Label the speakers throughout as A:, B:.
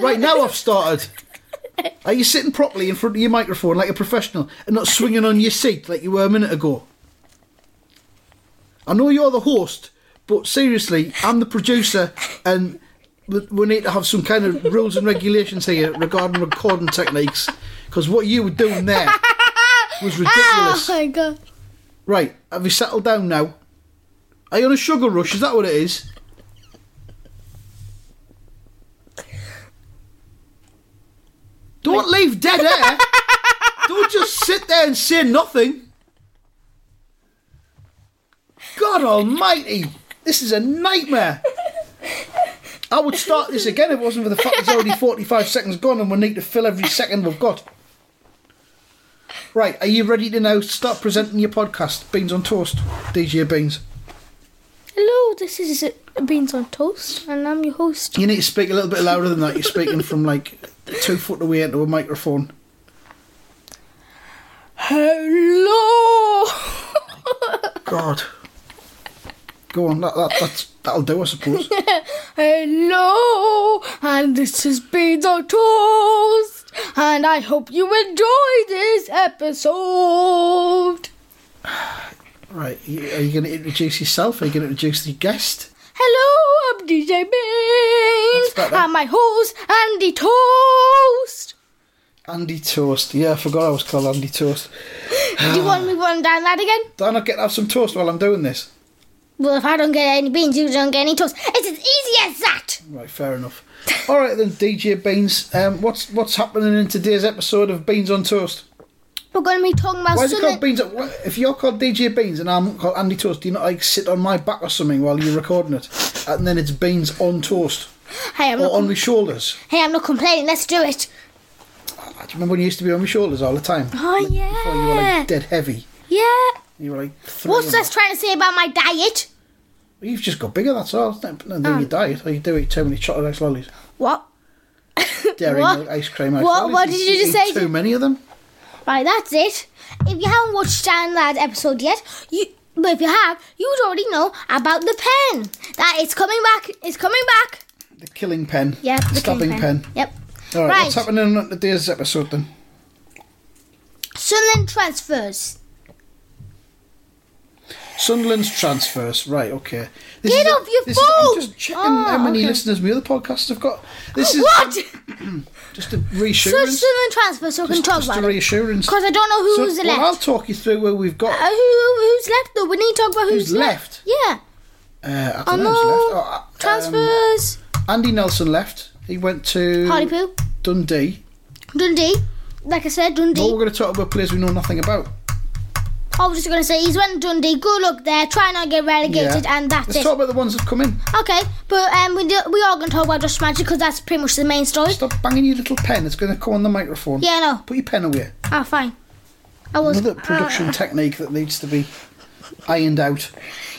A: Right now, I've started. Are you sitting properly in front of your microphone like a professional and not swinging on your seat like you were a minute ago? I know you're the host, but seriously, I'm the producer, and we we need to have some kind of rules and regulations here regarding recording techniques. Because what you were doing there was
B: Oh
A: ridiculous.
B: my god.
A: Right, have you settled down now? Are you on a sugar rush? Is that what it is? Don't leave dead air. Don't just sit there and say nothing. God almighty, this is a nightmare. I would start this again if it wasn't for the fact it's already 45 seconds gone and we need to fill every second we've got. Right, are you ready to now start presenting your podcast, Beans on Toast, DJ Beans?
B: Hello, this is Beans on Toast, and I'm your host.
A: You need to speak a little bit louder than that. You're speaking from like two foot away into a microphone.
B: Hello!
A: God. Go on, that, that, that's, that'll do, I suppose.
B: Hello! And this is Beans on Toast, and I hope you enjoy this episode.
A: Right, you- are you going to introduce yourself? Are you going to introduce the guest?
B: Hello, I'm DJ
A: That's
B: Beans,
A: better.
B: and my host, Andy Toast.
A: Andy Toast. Yeah, I forgot I was called Andy Toast.
B: Do you want me to run down that again?
A: Do I not get to have some toast while I'm doing this?
B: Well, if I don't get any beans, you don't get any toast. It's as easy as that.
A: Right, fair enough. All right then, DJ Beans. Um, what's what's happening in today's episode of Beans on Toast?
B: We're going to be talking about
A: Why is it
B: something.
A: called Beans? Why- If you're called DJ Beans and I'm called Andy Toast, do you not like sit on my back or something while you're recording it? And then it's Beans on Toast
B: hey, I'm
A: or
B: not,
A: on my shoulders.
B: hey, I'm not complaining. Let's do it.
A: Ah, Do you remember when you used to be on my shoulders all the time?
B: Oh
A: Before you were
B: yeah,
A: like dead heavy.
B: yeah.
A: You were like three.
B: What's this trying to say about my diet?
A: You've just got bigger. That's all. It's not-
B: Oh.
A: Nothing to do with your diet. All you do is eat too many chocolate ice lollies,
B: What?
A: dairy
B: What?
A: milk, ice cream, ice
B: What-
A: lollies.
B: what did you just
A: eat
B: say?
A: Too many of them.
B: Right, that's it. If you haven't watched Dan Lad episode yet, you but if you have, you would already know about the pen. That it's coming back. It's coming back.
A: The killing pen.
B: Yeah, the
A: Stabbing
B: king
A: pen.
B: Yep.
A: All right,
B: Right.
A: What's happening on today's episode then?
B: Sunderland transfers.
A: Sunderland's transfers. Right, okay. This
B: Get
A: is a-
B: off your
A: this is- I'm
B: phone!
A: just checking
B: Oh,
A: how many
B: okay.
A: listeners my other podcasts have got. This is
B: What?
A: just a
B: Such
A: reassurance.
B: Sunderland transfers. So we can
A: Just,
B: talk
A: just a
B: about it.
A: reassurance.
B: Because I don't know
A: So-
B: who's
A: well,
B: left.
A: I'll talk you through where we've got.
B: Uh, who, who's left though? We need to talk about who's,
A: Who's left?
B: Yeah.
A: Uh, I
B: Oh
A: don't
B: no.
A: know who's left. Oh, uh, um,
B: Transfers.
A: Andy Nelson left. He went to
B: Hartlepool.
A: Dundee.
B: Dundee. Like I said, Dundee.
A: Well, we're going to talk about players we know nothing about.
B: I was just going to say, he's went to Dundee. Good luck there. Try not to get relegated, and that's
A: Let's
B: it.
A: talk about the ones that have come in.
B: Okay, but um, we, do, we are going to talk about Josh Magic because that's pretty much the main story.
A: Stop banging your little pen. It's going to come on the microphone.
B: Yeah, no.
A: Put your pen away.
B: Ah, fine. I was. uh,
A: Another production technique that needs to be ironed out.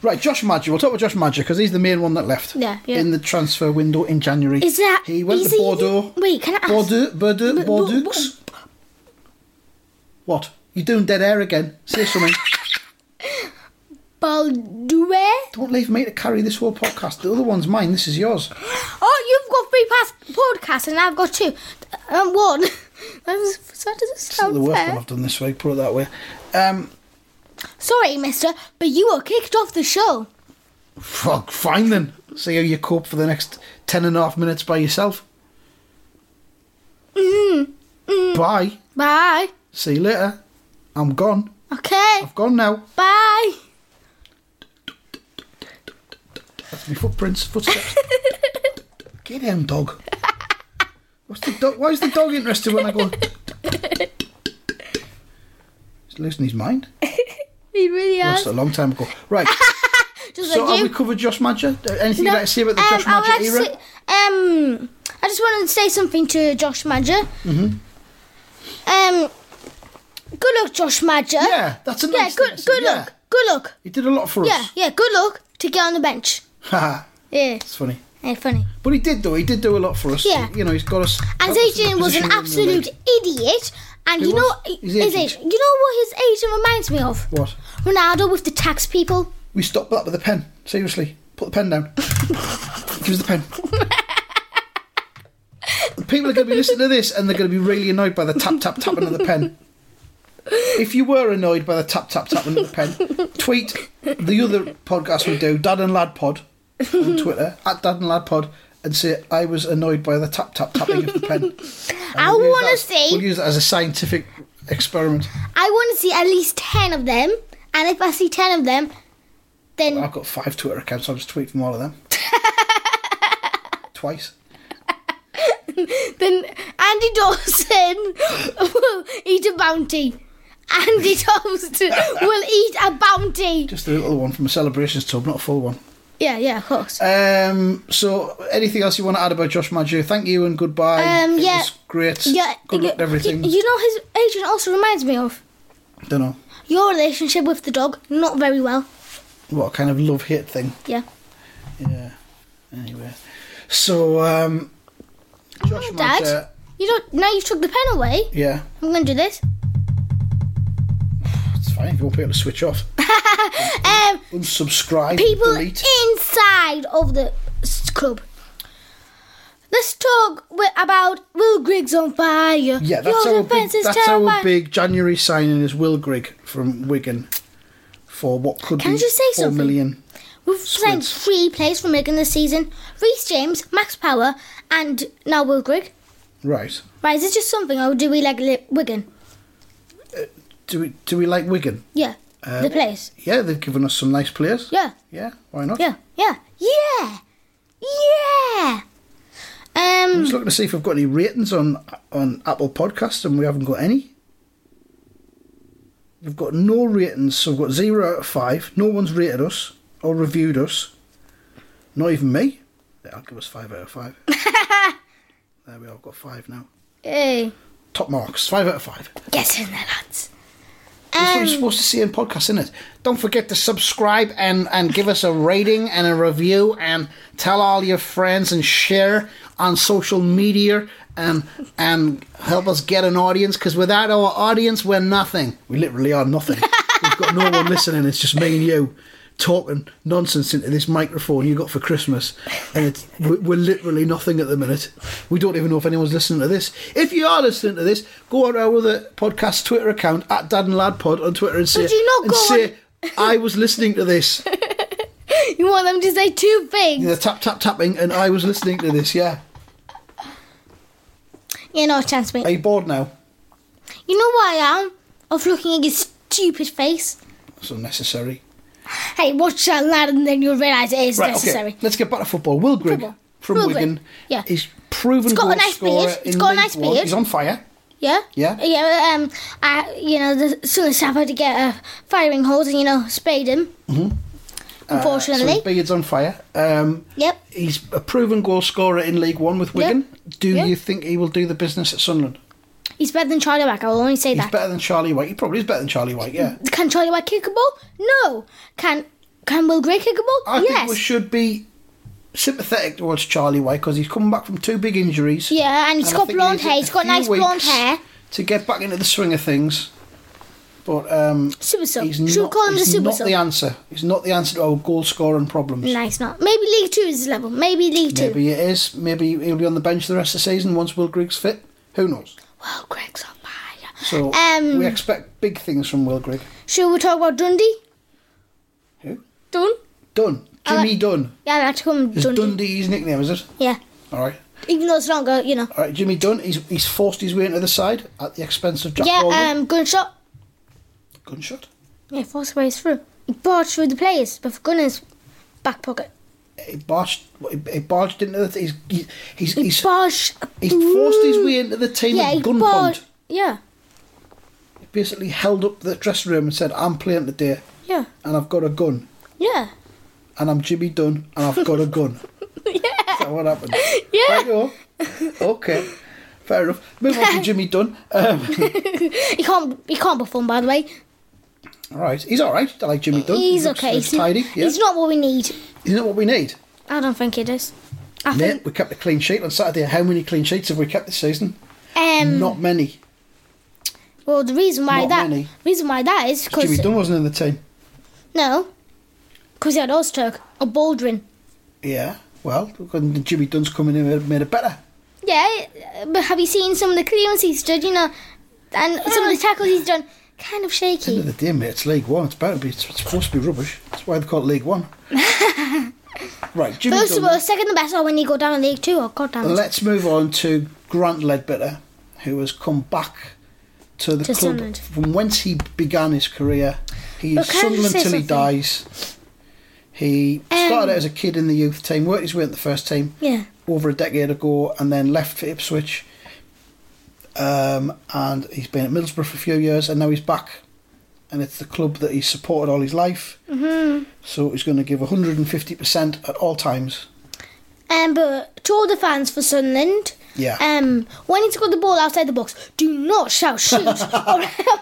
A: Right, Josh Madger. We'll talk about Josh Madger because he's the main one that left.
B: Yeah, yeah.
A: In the transfer window in January.
B: Is that.
A: He went
B: is
A: to Bordeaux.
B: wait, can I ask?
A: Bordeaux, Bordeaux,
B: B- bo-
A: Bordeaux. What? You're doing dead air again. Say something.
B: Bordeaux?
A: Don't leave me to carry this whole podcast. The other one's mine. This is yours.
B: Oh, you've got three pass podcasts, and I've got two. Um, one. that, was, that doesn't
A: Not
B: sound
A: the worst
B: fair.
A: one I've done this week. Put it that way. Um,
B: Sorry, mister, but you were kicked off the show.
A: fuck, fine then. See how you cope for the next ten and a half minutes by yourself. Bye.
B: Bye.
A: See you later. I'm gone.
B: Okay.
A: I've gone now.
B: Bye.
A: That's my footprints, footsteps. Get him, dog. What's the dog? Why is the dog interested when I go? He's losing his mind.
B: He really
A: That's
B: has.
A: a long time ago. Right.
B: Just
A: So,
B: like
A: have
B: you.
A: we covered Josh Madger? Uh, Anything
B: No,
A: you'd like to say about the
B: um,
A: Josh
B: I would
A: Madger
B: like
A: era?
B: to say- um, I just wanted to say something to Josh Madger. Mm-hmm. Um, good luck, Josh Madger.
A: Yeah, that's a
B: Yeah.
A: nice thing
B: good.
A: to say,
B: Good
A: yeah.
B: luck. Good luck.
A: He did a lot for
B: Yeah.
A: us.
B: Yeah. Good luck to get on the bench.
A: Haha,
B: Yeah.
A: it's funny.
B: yeah funny.
A: But he did though. He did do a lot for us.
B: Yeah.
A: You know, he's got us.
B: And
A: helped us in
B: Zajian
A: the
B: was an
A: position we're in in the league.
B: absolute idiot, And
A: Who
B: you know,
A: was? His
B: his
A: agent.
B: agent. You know what his agent reminds me of?
A: What?
B: Ronaldo with the tax people.
A: We stopped that with a pen. Seriously, put the pen down. Give us the pen. People are going to be listening to this and they're going to be really annoyed by the tap tap tapping of the pen. If you were annoyed by the tap tap tapping of the pen, tweet the other podcast we do, Dad and Lad Pod, on Twitter at Dad and Lad Pod, and say I was annoyed by the tap tap tapping of the pen. And
B: I
A: use
B: wanna
A: that as-
B: see-
A: We'll use that as a scientific experiment.
B: I want to see at least 10 of them. And if I see 10 of them, then
A: I've got five Twitter accounts. I'll just tweet from all of them. Twice.
B: then Andy Dawson will eat a bounty. Andy Dawson will eat a bounty.
A: Just a little one from a celebrations tub, not a full one.
B: Yeah, yeah, of course.
A: Um, so, anything else you want to add about Josh Maggio? Thank you and goodbye.
B: Um,
A: It
B: yeah.
A: was great.
B: yeah,
A: Good luck and
B: you-
A: everything.
B: You, you know, his agent also reminds me of
A: Don't know.
B: your relationship with the dog. Not very well.
A: What kind of love hate thing?
B: Yeah.
A: Yeah. Anyway. So, um, Josh
B: Dad?
A: Maggio.
B: You don't. Now you took the pen away.
A: Yeah.
B: I'm gonna do this.
A: It's fine if you want people to switch off.
B: Um,
A: Unsubscribe.
B: people
A: Delete.
B: inside of the s- club. Let's talk wi- about Will Griggs on fire.
A: Yeah, that's
B: Your
A: our big,
B: defense is
A: that's our
B: terrifying.
A: big January signing is Will Grigg from Wigan for what could
B: Can
A: be
B: I just say
A: four
B: something?
A: million.
B: We've signed
A: Squids.
B: three players from Wigan this season: Reece James, Max Power, and now Will Grigg.
A: Right.
B: Right, is this just something, or do we like li- Wigan?
A: Do we do we like Wigan?
B: Yeah,
A: Uh,
B: the players.
A: Yeah, they've given us some nice players.
B: Yeah,
A: Yeah, why not?
B: yeah, yeah, yeah, yeah. Um,
A: I'm just looking to see if we've got any ratings on on Apple Podcasts, and we haven't got any. We've got no ratings, so we've got zero out of five. No one's rated us or reviewed us. Not even me. Yeah, I'll give us five out of five. there we are. I've got five now.
B: hey,
A: Top marks. Five out of five.
B: get in there, lads.
A: That's what you're
B: Um,
A: supposed to see in podcasts, isn't it? Don't forget to subscribe and, and give us a rating and a review and tell all your friends and share on social media and and help us get an audience because without our audience, we're nothing. We literally are nothing. We've got no one listening. It's just me and you talking nonsense into this microphone you got for Christmas, and it's, we- we're literally nothing at the minute. We don't even know if anyone's listening to this. If you are listening to this, go on our other podcast Twitter account at Dad and Lad Pod on Twitter and say,
B: Would you not
A: and
B: go
A: say I was listening to this.
B: you want them to say two things?
A: The tap tap tapping, and I was listening to this. Yeah,
B: Yeah, no chance, mate.
A: are you bored now?
B: You know what I am? Of looking at your stupid face.
A: That's unnecessary.
B: Hey, watch that lad, and then you'll realise it is necessary.
A: okay. Let's get back to football. Will Grigg
B: Football.
A: from
B: Will Grigg,
A: Wigan
B: yeah.
A: is proven
B: got a
A: goal
B: nice
A: scorer
B: beard, it's
A: in
B: got a
A: League
B: nice
A: One.
B: beard.
A: He's on fire.
B: Yeah.
A: Yeah.
B: Yeah. Um. I. You know, the soon as I had to get a firing hose and you know sprayed him. Mm-hmm.
A: Uh, So
B: Unfortunately.
A: his beard's on fire. Um,
B: yep.
A: He's a proven goal scorer in League One with Wigan. Do
B: Yeah.
A: you think he will do the business at Sunderland?
B: He's better than Charlie Wack. I will only say
A: He's
B: that.
A: better than Charlie White. He probably is better than Charlie White, yeah.
B: Can Charlie Wack kick a ball? No. Can Can Will Gray kick a ball?
A: I
B: yes.
A: think we should be sympathetic towards Charlie White because he's coming back from two big injuries.
B: yeah, and he's
A: And I
B: got
A: think he
B: blonde
A: needs a
B: hair. He's got
A: few
B: nice blonde
A: weeks
B: hair.
A: To get back into the swing of things. But um,
B: Super sub.
A: he's
B: Should we
A: not,
B: call him the
A: he's
B: super
A: not
B: sub?
A: the answer. He's not the answer to our goal scoring problems.
B: Nice, not maybe League Two is his level. Maybe League Two.
A: Maybe it is. Maybe he'll be on the bench the rest of the season once Will Griggs fit. Who knows?
B: Well, Greg's on fire.
A: So
B: Um,
A: we expect big things from Will Grigg.
B: Should we talk about Dundee?
A: Who?
B: Dun?
A: Dunn. Jimmy Dunn.
B: Yeah, I like to call him
A: Is
B: Dundee.
A: Dundee's nickname, is it?
B: Yeah.
A: All right.
B: Even though it's longer, you know.
A: All right, Jimmy Dunn, he's, he's forced his way into the side at the expense of Jack
B: Yeah,
A: Baldwin.
B: um, gunshot.
A: Gunshot.
B: Yeah, force ways through. He barged through the players, but for goodness, back pocket.
A: He barged, he barged into the... He's, he- he's,
B: He
A: he's,
B: barged.
A: he's forced his
B: through.
A: way into the team
B: Yeah,
A: at
B: he
A: gunpoint.
B: barged. Yeah,
A: He basically held up the dressing room and said, I'm playing today
B: yeah,
A: and I've got a gun.
B: yeah.
A: And I'm Jimmy Dunn and I've got a gun. yeah. Is that what happened?
B: Yeah.
A: Right, you are. Okay. Fair enough. Move on to Jimmy Dunn. Um,
B: He can't. He can't perform, by the way.
A: all right. He's all right. I like Jimmy Dunn. He
B: he's
A: looks-
B: okay.
A: looks
B: He's,
A: tidy. Yeah.
B: he's not what we need.
A: Isn't that what we need?
B: I don't think it is. I
A: Mate, we
B: Um,
A: kept a clean sheet on Saturday. How many clean sheets have we kept this season?
B: think. Um.
A: Not many.
B: Well, the reason why
A: Not
B: that
A: many.
B: reason why that is
A: Jimmy
B: because
A: Dunn wasn't in the team.
B: no, because he had Ozturk or Baldwin.
A: Yeah, well, when Jimmy Dunn's coming in, it made it better.
B: Yeah, but have you seen some of the clearance he's done? You know, and some of the tackles he's done, kind of
A: End
B: shaky.
A: of the day, mate, it's League One. It's better be. It's supposed to be rubbish. That's why they call it League One. right, Jimmy
B: First of
A: Dunn.
B: all, second the best are when you go down in League Two. Oh God damn it!
A: Let's move on to Grant Ledbetter, who has come back to the
B: To
A: club
B: Sunderland.
A: from whence he began his career. He
B: But
A: is
B: can I just
A: Sunderland
B: say
A: till he
B: something?
A: dies. He started
B: Um,
A: out as a kid in the youth team, worked his way in the first team
B: yeah,
A: over a decade ago, and then left for Ipswich. Um, and he's been at Middlesbrough for a few years, and now he's back. And it's the club that he's supported all his life. Mm-hmm. So he's going to give 150% at all times.
B: um, but to all the fans for Sunderland.
A: Yeah.
B: Um, when he's got the ball outside the box, do not shout shoot, or else,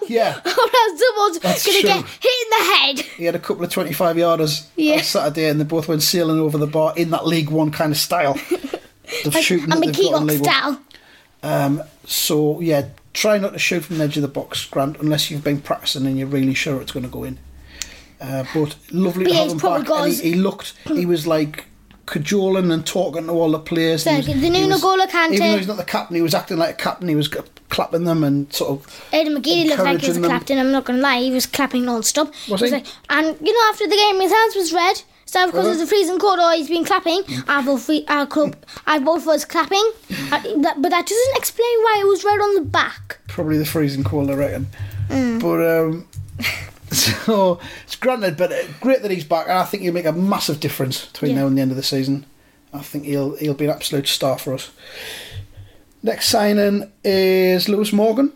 A: Yeah.
B: or else someone's
A: That's
B: gonna
A: true.
B: get hit in the head.
A: He had a couple of 25 yarders
B: Yeah.
A: on Saturday, and they both went sailing over the bar in that League One kind of style of shooting.
B: I'm
A: that
B: a
A: they've got in
B: Keogh
A: League One.
B: style.
A: Um, so, yeah, try not to shoot from the edge of the box, Grant, unless you've been practicing and you're really sure it's going to go in. Uh, but lovely
B: But
A: to
B: yeah,
A: have
B: he's
A: him
B: probably
A: back.
B: got
A: And
B: his-
A: he, he looked, he was like cajoling and talking to all the players. He
B: So,
A: was-
B: the
A: he
B: new
A: was-
B: N'Golo Kante.
A: Even though he's not the captain, he was acting like a captain. He was c- clapping them and sort of
B: Aidan McGee looked like he was
A: Encouraging them.
B: clapping. I'm not going to lie, he was clapping non-stop.
A: Was
B: He was
A: he?
B: like, and you know, after the game, his hands was red. So because
A: Uh-huh.
B: of the freezing cold, or he's been clapping.
A: Mm.
B: I vote for our club. I vote for his clapping, I, that, but that doesn't explain why it was red on the back.
A: probably the freezing cold, I reckon.
B: Mm.
A: But um, so it's granted, but uh, great that he's back, and I think he'll make a massive difference between
B: Yeah.
A: now and the end of the season. I think he'll he'll be an absolute star for us. Next signing is Lewis Morgan.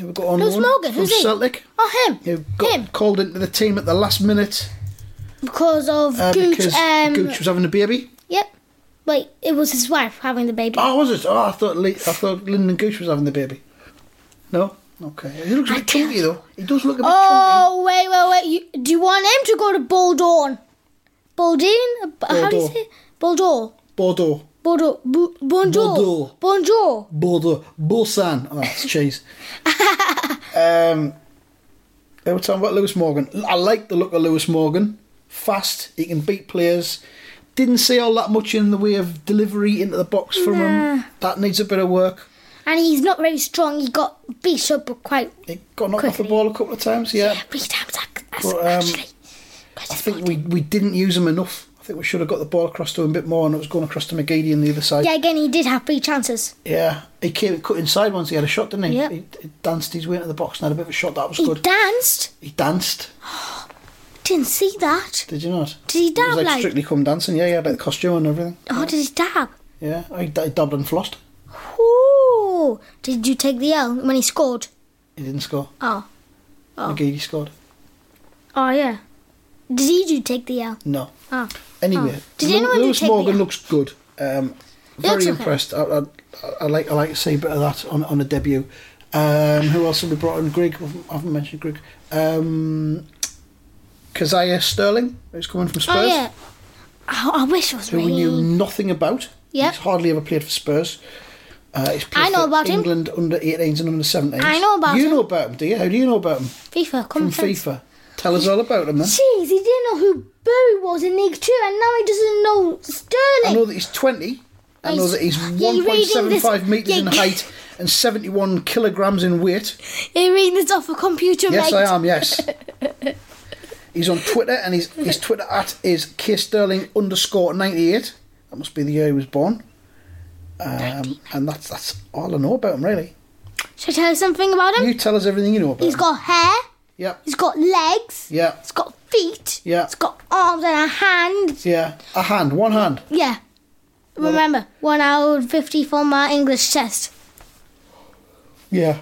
A: who we got on
B: Lewis
A: loan
B: Morgan,
A: from
B: who's he?
A: Celtic.
B: Oh him,
A: Who got
B: him,
A: called into the team at the last minute
B: because of
A: uh,
B: Gooch.
A: because
B: um,
A: Gooch was having a baby.
B: Yep. Wait, it was his wife having the baby.
A: Oh, was it? Oh, I thought Le- I thought Lyndon Gooch was having the baby. No, okay. He looks a
B: I
A: bit chunky though. He does look a bit chunky.
B: Oh, wait, wait, wait. You, do you want him to go to Baldorn? Baldine? How do you
A: Baldor.
B: say? Baldor.
A: Bordeaux.
B: Bordeaux. Bu- bonjour.
A: Bordeaux.
B: Bonjour.
A: Bordeaux, Busan. uh, Oh, that's cheese. um, they were talking about Lewis Morgan. I like the look of Lewis Morgan. Fast, he can beat players. Didn't see all that much in the way of delivery into the box from
B: Nah.
A: him. That needs a bit of work.
B: And he's not very strong. He got beat up quite
A: He got knocked off the
B: Quickly.
A: ball a couple of times. Yeah,
B: three times. ac- ac-
A: But, um,
B: actually.
A: I think we, we didn't use him enough. I think we should have got the ball across to him a bit more, and it was going across to McGeady on the other side.
B: Yeah, again, he did have three chances.
A: Yeah. he came cut inside once. He had a shot, didn't he?
B: Yep.
A: He, he danced his way into the box and had a bit of a shot. That was
B: He
A: good.
B: danced.
A: He danced.
B: Didn't see that.
A: Did you not?
B: Did he
A: It
B: dab
A: was like
B: like?
A: Strictly Come Dancing, yeah, yeah, about the costume and everything.
B: Oh, did he dab?
A: Yeah, I, I dubbed and flossed.
B: Ooh. Did you take the L when he scored?
A: He didn't score.
B: Oh. Oh.
A: McGeady scored.
B: Oh, yeah. Did he do take the L?
A: No.
B: Oh.
A: Anyway,
B: Oh. Did
A: Lew-
B: anyone do
A: Lewis
B: take
A: Morgan
B: the-
A: looks good. Um, very
B: looks okay.
A: impressed. I, I, I like I like to see a bit of that on on a debut. Um, who else have we brought in? Greg. I haven't- I haven't mentioned Greg. Um, Keziah Sterling, who's coming from Spurs,
B: Oh, yeah. I, I wish it was
A: who we knew
B: me.
A: nothing about.
B: Yep.
A: He's hardly ever played for Spurs. Uh, he's played
B: I know
A: for
B: about him.
A: England under 18s and under 17s.
B: I know about
A: you
B: him.
A: know about him, do you? How do you know about him?
B: FIFA,
A: from
B: come
A: FIFA. Tell us all about him then.
B: Jeez, he didn't know who Barry was in League Two, and now he doesn't know
A: I
B: Sterling.
A: know that he's 20. I know
B: He's-
A: that he's
B: yeah, you're reading this-
A: 1.75 metres in
B: yeah.
A: height and 71 kilograms in weight.
B: You're reading this off a computer,
A: Yes,
B: mate.
A: I am, yes. He's on Twitter and his, his Twitter at is ksterling underscore 98. That must be the year he was born. Um, and that's that's all I know about him, really.
B: Should I tell you something about him?
A: You tell us everything you know about
B: He's
A: him.
B: got hair.
A: yeah,
B: He's got legs.
A: yeah,
B: He's got feet.
A: Yeah.
B: He's got arms and a hand.
A: yeah. A hand, one hand.
B: Yeah. Remember, one hour and fifty for my English test.
A: Yeah.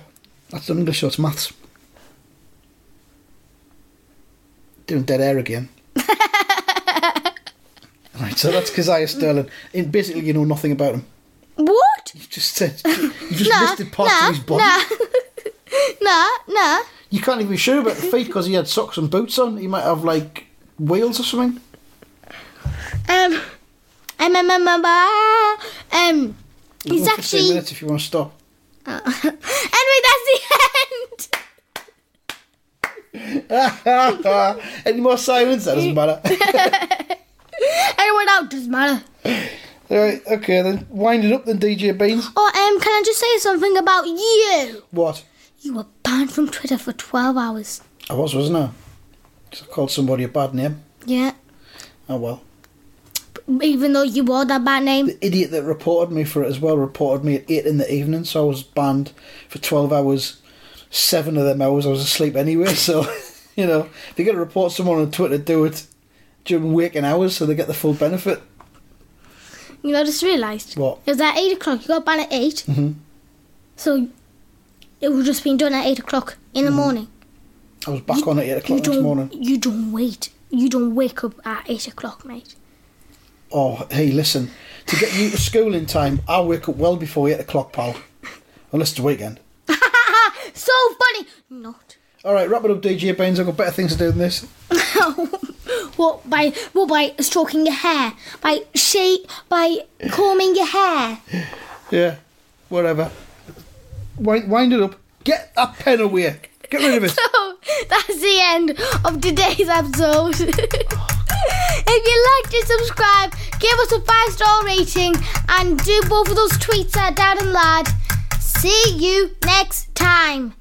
A: That's an English, so it's maths. Doing dead air again. right, so that's Keziah Sterling. And basically, you know nothing about him.
B: What?
A: You just said, you just
B: Nah,
A: listed parts
B: nah,
A: of his body.
B: Nah. nah, nah.
A: You can't even be sure about the feet because he had socks and boots on. He might have, like, wheels or something.
B: Um, um, um, um, um, um,
A: We've
B: he's
A: got 15
B: actually.
A: minutes if you want to stop.
B: Oh. anyway, that's the end.
A: Any more silence? That doesn't matter.
B: Anyone out doesn't matter.
A: Alright, okay then. Wind it up then, DJ Beans.
B: Oh, um, can I just say something about you?
A: What?
B: You were banned from Twitter for 12 hours.
A: I was, wasn't I? 'Cause I called somebody a bad name.
B: Yeah.
A: Oh well.
B: Even though you wore that bad name.
A: The idiot that reported me for it as well reported me at 8 in the evening, so I was banned for 12 hours. Seven of them hours I was asleep anyway, so, you know, if you're going to report someone on Twitter, do it during waking hours so they get the full benefit.
B: You know, I just realised.
A: What?
B: It was at 8 o'clock. You got banned at 8. Mm-hmm. So it was just being done at 8 o'clock in the morning.
A: I was back on at 8 o'clock
B: you
A: next
B: don't,
A: morning.
B: You don't wait. You don't wake up at 8 o'clock, mate.
A: Oh, hey, listen, to get you to school in time, I'll wake up well before 8 o'clock, pal. Unless it's the weekend.
B: so funny. Not.
A: All right, wrap it up, DJ Baines. I've got better things to do than this.
B: what by what by stroking your hair, by shape, by combing your hair.
A: Yeah, whatever. Wind, wind it up. Get that pen away. Get rid of it.
B: So that's the end of today's episode. if you liked it, subscribe, give us a five star rating, and do both of those tweets at Dad and Lad. See you next time.